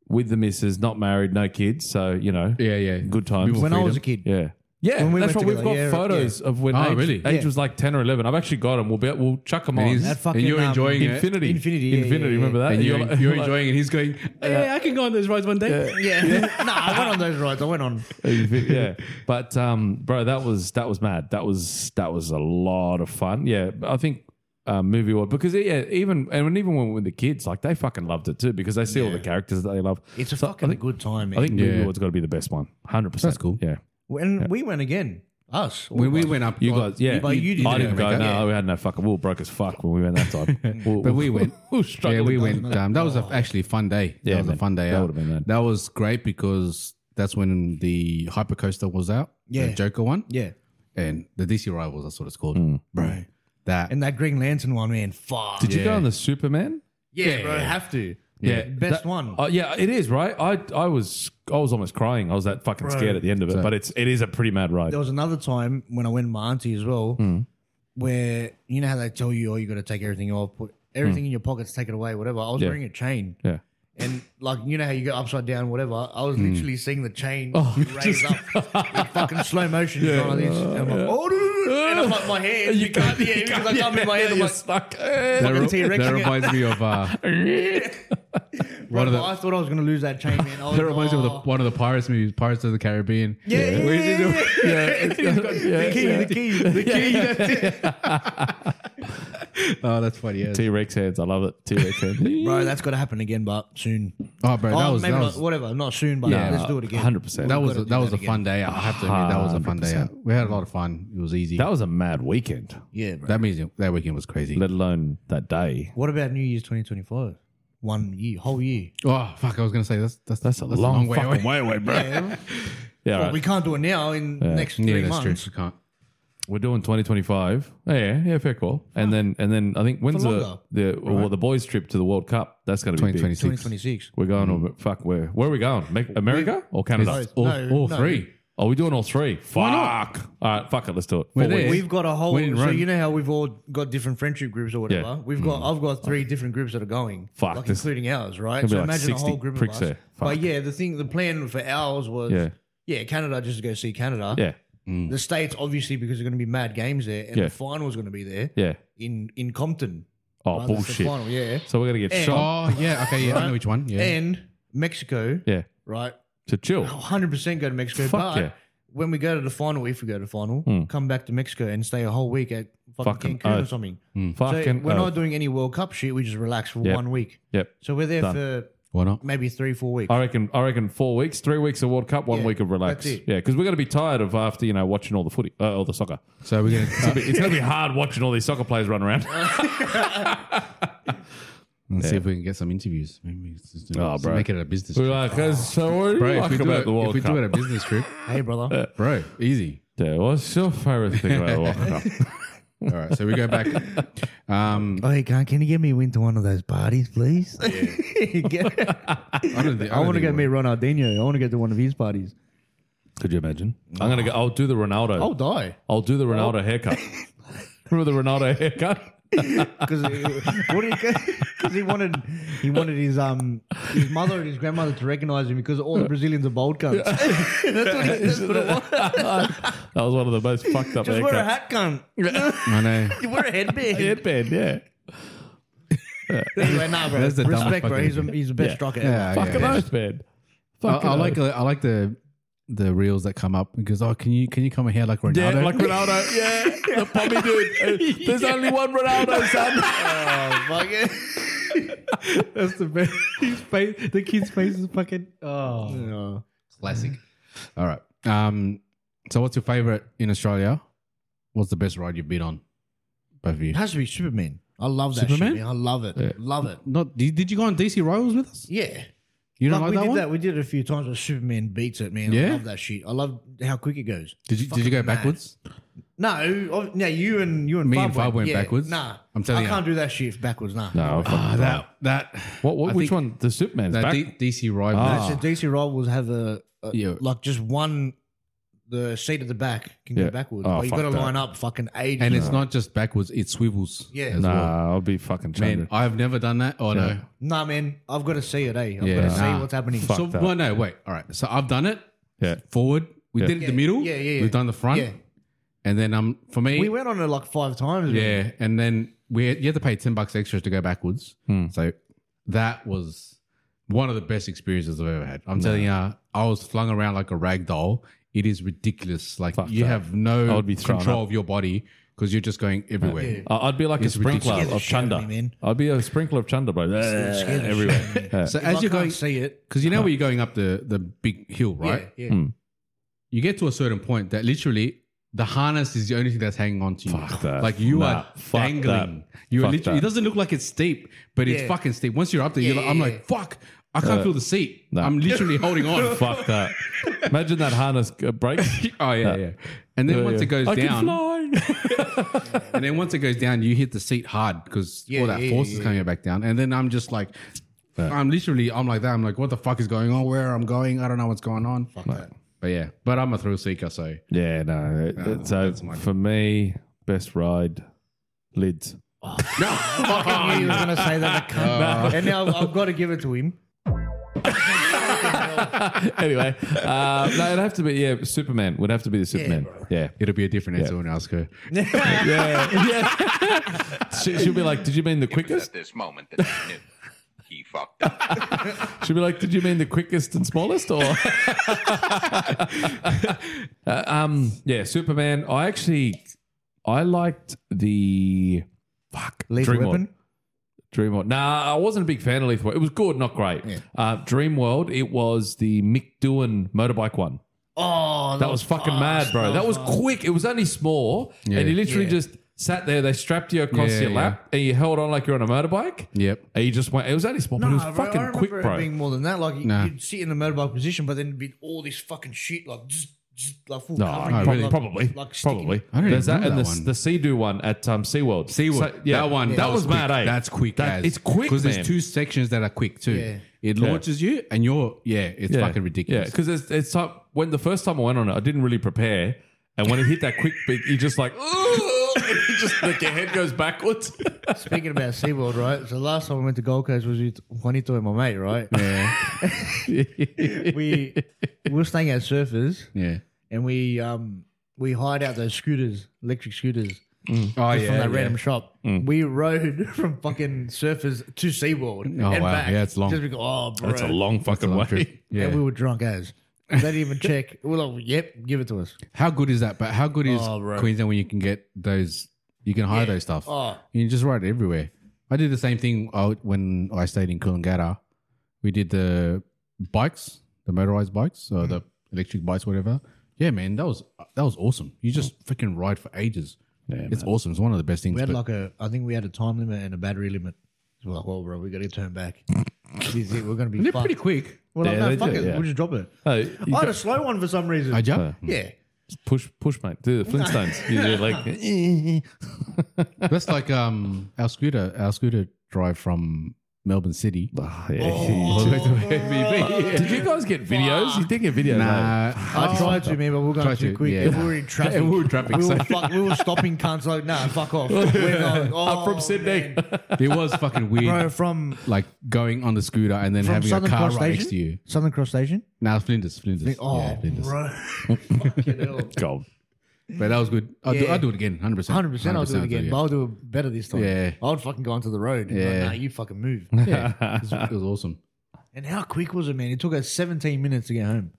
with the missus, not married, no kids. So you know,
yeah, yeah.
good times.
were-
When I was a
Freedom.
kid.
yeah. Yeah,
When we
that's right.
went
We've
together,
got
yeah,
photos of when
Oh,
age,
really?
age
Yeah.
was like ten or eleven. I've actually got them. We'll be, we'll chuck them
And,
on.
he's-
That fucking,
and you're
um,
enjoying it.
Infinity,
Infinity, yeah,
Infinity.
yeah,
Remember that?
And you're,
like-
you're
like-
enjoying it. He's going, yeah, I can go on those rides one day.
Yeah. nah, I went on those rides. I went on.
yeah. But um, bro, that was that was mad. That was that was a lot of fun. Yeah, I think uh, movie world because yeah, even and when- even when we were the kids, like they fucking loved it too because they see all the characters that they love.
It's a
So I
fucking
think-
good time, man.
I think movie
Yeah.
world's got to be the best one. Hundred percent.
That's cool.
Yeah,
and we went again. Us. all
When
of
we
us.
went up,
you
oh,
guys. Yeah,
but you didn't
I didn't
go,
go. No,
yeah.
we had no fucking. We were broke as fuck when we went that time.
But we went.
were
yeah,
struggling.
we went. Um, that was a, actually a fun day. That
Yeah,
was
man.
a fun day.
That
out.
would've been that.
was great because that's when the hypercoaster was out.
Yeah.
the Joker one.
Yeah.
and the DC Rivals. That's what it's called, bro. That
And that Green Lantern one, man. Fuck.
Did you go
Yeah.
on the Superman?
yeah, bro. Have to.
Yeah.
Best
That-
one.
Uh, yeah, it is right. I I was I was almost crying. I was that fucking scared at the end of it. but it's it is a pretty mad ride.
there was another time when I went with my auntie as well,
Hmm.
where you know how they tell you, oh, you got to take everything off, put everything in your pockets, take it away, whatever. I was wearing a chain.
Hmm. Yeah.
And like you know how you go upside down, whatever. I was
Hmm.
literally seeing the chain
Oh,
raise up, in fucking slow motion, yeah. like this. And I'm like, oh,
Ah!
no, no, no. and I'm like my hand, you, can't, yeah, because I can't move my hand. I'm like,
stuck.
that,
fucking
re-
T-Rex
that
again.
reminds me of uh,
bro,
of the-
I thought I was gonna lose that chain, man. I was,
that reminds me of the,
oh.
one of the Pirates movies, Pirates of the Caribbean.
yeah, yeah,
Where
yeah,
is it?
yeah, The key, the key, the key. That's it,
Oh, that's funny. Yeah.
T Rex hands. I love it. T Rex hands.
bro. That's got to happen again, but soon.
Oh, bro, that
oh,
was
maybe
that
not,
was,
whatever. Not soon, but
Yeah.
let's do it again.
100%.
that
We've
was
gotta do
a, that was a
again.
fun day. out. I have to admit, that was a fun day. out. We had a lot of fun. It was easy.
That was a mad weekend,
Yeah, bro.
That means that weekend was crazy.
let alone that day.
What about New Year's 2025? One year, whole year.
Oh fuck! I was gonna say that's that's
That's a long, fucking way away, bro. Yeah,
Yeah.
all
Well,
right.
we can't do it now in next
Yeah,
three
that's
months.
true. We can't.
we're doing 2025. Oh, yeah, yeah, fair call. And then and then I think when's the
longer.
the well, the boys trip to the World Cup? That's going to be big.
2026.
2026.
We're going over. Fuck, where where are we going? Me- America or Canada?
Mm. Both.
All,
No,
all
no.
three.
Are we doing all three? Fuck. All right, fuck it. Let's do it.
We're
Four
there.
weeks.
We've got a whole.
We didn't
So
run.
you know how we've all got different friendship groups or whatever.
Yeah. Mm.
We've got. I've got three different groups that are going.
Fuck,
like
this-
including ours, right?
There'll be
So
like
imagine a
60
whole group of
pricks
us.
there.
But
Fuck.
yeah, the thing, the plan for ours was.
Yeah.
Yeah. Canada just to go see Canada.
Yeah,
The states obviously because there's going to be mad games there, and
Yeah.
the final's going to be there.
yeah.
In in Compton.
Oh
Right, that's the
bullshit.
final, yeah.
So we're gonna get
And-
shot.
Oh yeah. Okay. Yeah. I know which one. Yeah.
And Mexico,
Yeah.
right?
To chill.
100% go to Mexico.
Fuck
but
yeah. Hmm.
when we go to the final, if we go to the final, come back to Mexico and stay a whole week at
Fucking Hmm.
fucking Cancun or
oath.
something. So
Fucking.
we're
oath.
not doing any World Cup shit. We just relax for
Yep.
one week.
Yep.
So we're there
Done. Uh,
for
Why not?
maybe three, four weeks.
I reckon. I reckon four weeks, three weeks of World Cup, one
Yeah,
week of relax.
that's it.
Yeah, because we're gonna be tired of after you know watching all the footy, uh, all the soccer.
So we're gonna.
It's gonna be hard watching all these soccer players run around.
and see if we can get some interviews. Maybe it's just do
Oh,
just
bro.
make it a business
We're like,
trip.
"Oh, so what do you
bro, if
like
we, do
about
it,
the World
if we
Cup?
do it a business trip,
Hey, brother.
bro, easy.
yeah, what's your favorite thing about the World Cup?
All right, so we go back. Um,
Oh, hey, can, can you get me into one of those parties, please? Get-
I, don't thi-
I want to go
don't think
meet
we'll-
Ronaldinho. I want to go to one of his parties.
Could you imagine? I'm gonna go. I'll do the Ronaldo.
I'll die.
I'll do the Ronaldo haircut. Remember the Ronaldo haircut?
Because what do you? Because he wanted he wanted his um his mother and his grandmother to recognise him because all the Brazilians are bald cunts. that's what he that's what it was.
That was one of the most fucked up
Just
haircuts.
wear a hat cunt.
I know.
You wear a headband.
Headband, yeah.
Anyway, nah, bro.
That's the dumbest
Respect, bro.
fucking
He's, a,
thing.
he's the best
Yeah.
striker ever.
Yeah,
Fucking
yeah.
oathband.
I,
Fucking
I like
oath.
I like the the reels that come up because oh, can you can you come here like Ronaldo?
Yeah, like Ronaldo. Yeah, the pommy dude. Uh, There's only one Ronaldo, son.
Oh, fuck it.
that's the best. His face, the kid's face is fucking oh,
No.
classic. All right. Um. So, what's your favorite in Australia? What's the best ride you've been on? Both of you.
It has to be Superman. I love that
Superman?
shit. Man. I love it. Love it.
Not did, did you go on DC Rivals with us?
Yeah.
You don't
Like,
like,
we
that
did
one?
that. We did it a few times, but Superman beats it, man. I
Yeah?
love that shit. I love how quick it goes.
Did you did you go backwards?
No, I- no, you and you and
Me
Fab
and Fab went backwards?
Nah,
I'm telling
I
you.
can't do that shit backwards. Nah,
No,
Ah, that that
What? what
I
which
think-
one? The Superman's
that
back.
D- DC Rivals.
Ah.
So DC rivals have a, a
Yeah.
like just one the seat at the back can
Yeah.
go backwards,
Oh,
but you
fuck
got to
that.
line up fucking ages.
And it's not just backwards; it swivels.
Yeah.
as
nah,
well.
I'll be fucking
man,
changed.
I've never done that. Oh no,
nah, man, I've got to see it. Eh, I've
Yeah,
got to
nah.
see what's happening.
Fuck
So
that.
well, no, wait. All right. So I've done it
Yeah.
forward. We
Yeah.
did it the
Yeah,
middle.
yeah, yeah, yeah.
We've done the front.
Yeah.
And then um for me,
We went on it like five times. man.
yeah. And then we had, you had to pay ten bucks extra to go backwards.
Hmm.
So that was one of the best experiences I've ever had. I'm telling you, I was flung around like a rag doll. It is ridiculous. Like you
that.
have no
I would be thrown
control of your body because you're just going everywhere.
I- I'd be like
It's
a sprinkler
ridiculous.
of
Scared the
chunder.
shit out of me, man.
I'd be a sprinkler of chunder, bro.
scared the
Everywhere.
shit
Yeah.
So
If
as
I
you're
can't
going,
see it.
because you know where you're going up the the big hill, right?
Yeah,
Hmm.
yeah.
you get to a certain point that literally the harness is the only thing that's hanging on to you.
Fuck that.
Like you
Nah,
are
fuck
dangling.
that.
You are
Fuck
literally. It
that.
doesn't look like it's steep, but it's
Yeah.
fucking steep. Once you're up there, you're
Yeah,
like, I'm
yeah,
like, fuck. I can't feel the seat.
Uh, nah.
I'm literally holding on.
Fuck that. Imagine that harness uh, breaks.
Oh yeah, yeah. And then
Yeah,
once
yeah.
it goes
I Can
down,
fly.
and then once it goes down, you hit the seat hard because
Yeah,
all that
yeah,
force
yeah,
is coming back down. And then I'm just like, I'm literally, I'm like that. I'm like, what the fuck is going on? Where I'm going? I don't know what's going on. Fuck
that.
But yeah, but I'm a thrill seeker, so
Yeah, no. it-
Oh,
it- so for me, best ride, lids.
I knew he was going to say that. I can't.
Ah.
and now I've, I've got to give it to him.
anyway, uh, no, it'd have to be yeah. Superman would have to be the Superman. Yeah,
it'll be a different answer when I ask her.
yeah, yeah. she, she'll be like, "Did you mean the quickest?"
at this moment that he knew he fucked up.
She'll be like, "Did you mean the quickest and smallest?" Or Uh, um, yeah, Superman. I actually, I liked the fuck
Lethal
Dream
weapon.
World. Dream World. Nah, I wasn't a big fan of Lethal World. It was good, not great. Uh, Dream World. It was the Mick Doohan motorbike one.
Oh, Uh-huh.
That was fucking mad, bro. That was quick. It was only small, and you literally
Yeah.
just sat there. They strapped you across
Yeah,
your lap, and you held on like you're on a motorbike.
Yep.
And you just went. It was only small, but it was
bro, I
fucking
remember
quick,
it
bro.
Being more than that, like you-
Nah.
you'd sit in the motorbike position, but then be all this fucking shit, like zzz, zzz, like full
no,
covering
prob- probably,
you, like-
probably,
like sticking-
I don't
There's that,
even know
and
that
the,
one.
the Sea-Doo one at um, SeaWorld.
SeaWorld.
So, yeah,
That one.
That, was
quick.
mad. Eh?
That's quick.
That-
as.
It's quick,
because
man.
there's two sections that are quick too.
Yeah.
It launches you, and you're yeah, it's fucking ridiculous.
Yeah, because it's, it's like when the first time I went on it, I didn't really prepare, and when it hit that quick beat, you just like, "Ooh," and you just like your head goes backwards.
Speaking about SeaWorld, right? So last time I went to Gold Coast was with Juanito and my mate, right? we we were staying at Surfers,
Yeah.
and we um we hired out those scooters, electric scooters.
Oh
from
yeah. Mm.
that random shop. We rode from fucking Surfers to SeaWorld.
Oh,
and
wow.
back.
Yeah, it's long.
Just because, oh, bro.
That's a long fucking way.
yeah.
And we were drunk as. They didn't even check. We We're like, yep, give it to us.
How good is that? But how good is
Oh, bro.
Queensland when you can get those? You can hire those stuff.
Oh.
You can just ride it everywhere. I did the same thing I would- when I stayed in Coolangatta. We did the bikes, the motorized bikes,
Mm.
or the electric bikes, whatever. Yeah, man, that was that was awesome. You
Mm.
just freaking ride for ages. Yeah, it's awesome. It's one of the best things.
We had
but-
like a, I think we had a time limit and a battery limit. We're like, well, bro, we got to turn back. This is it, We're going to be
They're
fucked.
pretty quick.
We're like,
Yeah,
no,
they
fuck
do,
it.
yeah.
We'll just drop it.
Oh, you
I had
got-
a slow one for some reason.
I jump.
yeah.
push, push, mate. Do the Flintstones. you do like
That's like um our scooter our scooter drive from Melbourne City.
Oh, yeah. Did you guys get videos? You did get videos. eh?
Nah,
I tried to, man, but we were going
Tried
too
to,
quick.
yeah.
And we were in traffic.
And we were in traffic,
We were,
so-
fuck, we were stopping cunts. Like, nah, fuck off. We're going, oh,
I'm from Sydney.
man.
it was fucking weird.
Bro, from,
Like going on the scooter and then
from
having
Southern
a car
Cross
right
Station.
next to you.
Southern Cross Station.
Now nah, Flinders, Flinders.
Oh,
yeah, Flinders.
bro. Fucking hell.
Gold.
But that was good. I'll, do,
Yeah.
I'll do it again, hundred percent.
100%, I'll do it again, but I'll do it better this time.
Yeah.
I would fucking go onto the road. And yeah.
Yeah.
nah, you fucking move.
it, was, it was awesome.
and how quick was it, man? It took us 17 minutes to get home.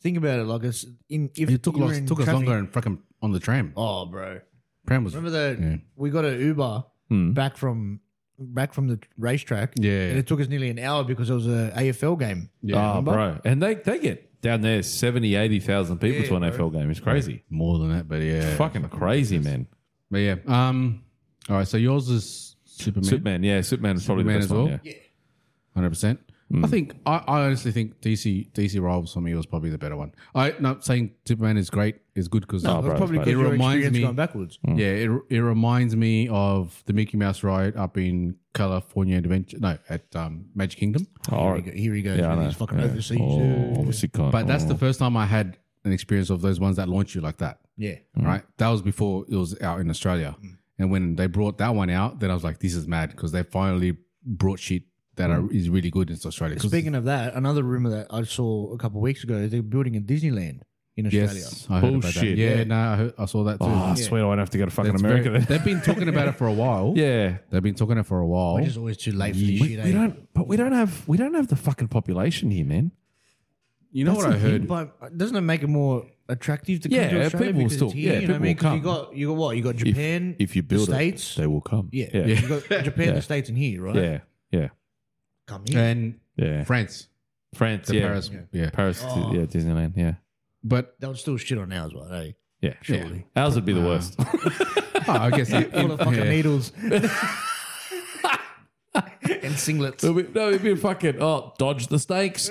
Think about it. Like, it's in, if
Hmm. It took
you were
us
in
took us
traffic-
longer and fucking on the tram.
Oh, bro.
Tram was
Remember the
Yeah. Hmm.
we got an Uber back from back from the racetrack.
Yeah.
and it took us nearly an hour because it was a AFL game.
yeah,
oh, bro. And they, they get down there 70, 80,000 people to an AFL game. It's crazy.
more than that, but yeah,
Fucking crazy, man.
but yeah. Um, all right. So yours is Superman,
Superman. Yeah, Superman is probably
Superman
the best
as well.
one. Yeah.
hundred percent.
Hmm.
I think I, I honestly think DC DC Rivals for me was probably the better one. I not saying Superman is great is good because
bro, it's
Probably
bad.
because
It
your
reminds
experience
me-
going backwards.
Hmm.
Yeah, it, it reminds me of the Mickey Mouse ride up in California Adventure, no, at um, Magic Kingdom.
All
Here he
right.
go- Here he goes.
Yeah, I
with
know.
his fucking
Yeah.
overseas.
Oh, obviously can't.
But that's the first time I had an experience of those ones that launch you like that,
Yeah,
Hmm.
right? That was before it was out in Australia. And when they brought that one out, then I was like, this is mad because they finally brought shit that are,
Hmm.
is really good into Australia. 'Cause-
Speaking of that, another rumor that I saw a couple of weeks ago, they're building a Disneyland in Australia.
yes, I heard about that.
Bullshit.
Yeah, no, I, heard, I saw that too.
Oh, I swear I don't have to go to fucking
That's
America
very-
then.
they've been talking about it for a while.
Yeah.
They've been talking about it for a while.
We're just always too late for this
We,
shit.
we
eh?
don't, but we don't have we don't have the fucking population here, man.
You know what I heard?
But doesn't it make it more attractive to come
Yeah,
to Australia?
people will
because it's
still-
here,
yeah,
you know what I mean?
people
'Cause
will
you got you got what you got Japan,
if you
the
build it,
states,
They will come.
yeah,
Yeah.
you got Japan,
Yeah.
the states, and here, right?
Yeah. Yeah.
come here.
And
Yeah.
France,
France.
the
Yeah.
Paris.
Yeah.
yeah. Oh.
Paris. Yeah. Disneyland. Yeah.
But
They'll still shit on ours, right? Hey?
Yeah.
Surely.
Ours would be the worst.
Oh, I guess it,
Full of fucking
yeah.
needles and singlets.
It'll be- no, it'd be fucking oh, dodge the stakes.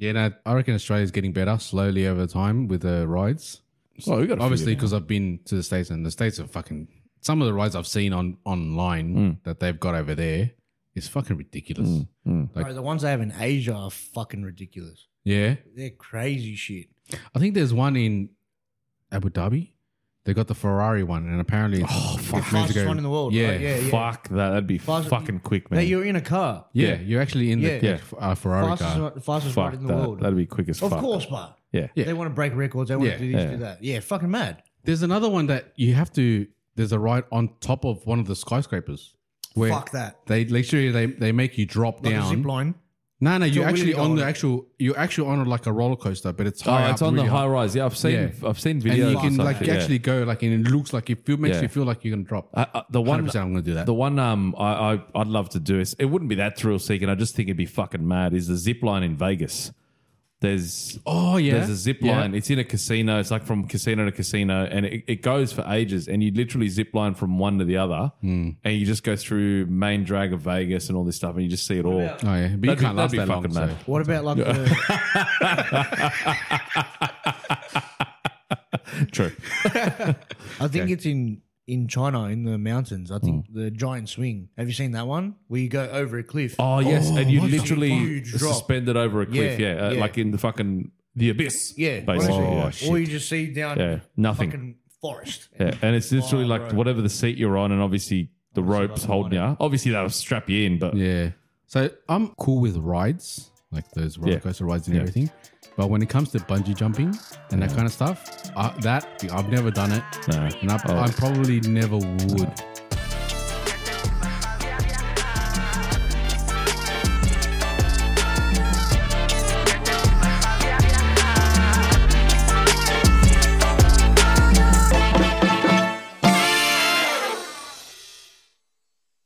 Yeah, no, I reckon Australia's getting better slowly over time with the rides.
oh, we got
Obviously, because I've been to the states and the states are fucking. Some of the rides I've seen on online that they've got over there is fucking ridiculous.
Bro, the ones they have in Asia are fucking ridiculous.
Yeah,
They're crazy shit.
I think there's one in Abu Dhabi. They got the Ferrari one, and apparently,
Oh,
it's- it's meant to
Fastest
go-
one in the world.
Yeah,
right? yeah, yeah.
Fuck that. That'd be
Fast-
fucking quick,
Now
man.
you're in a car.
yeah, you're actually in the
Yeah.
yeah. Uh, Ferrari
Fastest,
car.
one- fastest
fuck
ride in the
that.
world.
That'd be quick as
of
fuck.
course, but
Yeah. Oh,
Yeah.
they want to break records. They want
Yeah.
to do this,
Yeah.
do that. Yeah, fucking mad.
There's another one that you have to. There's a ride on top of one of the skyscrapers. Where
Fuck that.
They literally they, they make you drop
Like a
down.
zip line.
No, no, you're
a
actually
wheelie go
on the
on it.
actual. You're actually on like a roller coaster, but it's high
Oh,
up,
it's on
really
the
high,
high rise. Yeah, I've seen.
Yeah.
I've seen videos.
and you
or
can like
something, yeah.
actually go like, and it looks like it feel, makes
Yeah.
you feel like you're gonna drop.
Uh, uh, the
Hundred
one
percent, I'm gonna do that.
The one um, I, I I'd love to do is it wouldn't be that thrill seeking. I just think it'd be fucking mad. Is the zip line in Vegas? There's
oh yeah,
there's a zip
Yeah.
line. It's in a casino. It's like from casino to casino, and it, it goes for ages. And you literally zip line from one to the other, and you just go through main drag of Vegas and all this stuff, and you just see it all.
Oh yeah, but you
That'd be-
can't last
that'd be
that long.
fucking
So.
mad.
What about like the,
True.
I think it's in in China in the mountains. I
Hmm.
think the giant swing. Have you seen that one where you go over a cliff?
Oh yes, and you
what the fuck?
literally
Huge drop.
suspended over a cliff.
Yeah,
Yeah, uh,
yeah.
like in the fucking the abyss.
Yeah,
basically.
honestly.
yeah.
Oh, shit.
or you just see down
Yeah, nothing.
fucking forest.
Yeah, and it's literally like
right.
whatever the seat you're on, and obviously the ropes holding you. Obviously that'll strap you in, but
Yeah, so I'm cool with rides like those roller
Yeah.
coaster rides and everything. But when it comes to bungee jumping and that kind of stuff, uh, that I've never done it,
No.
and I,
Oh.
I probably never would.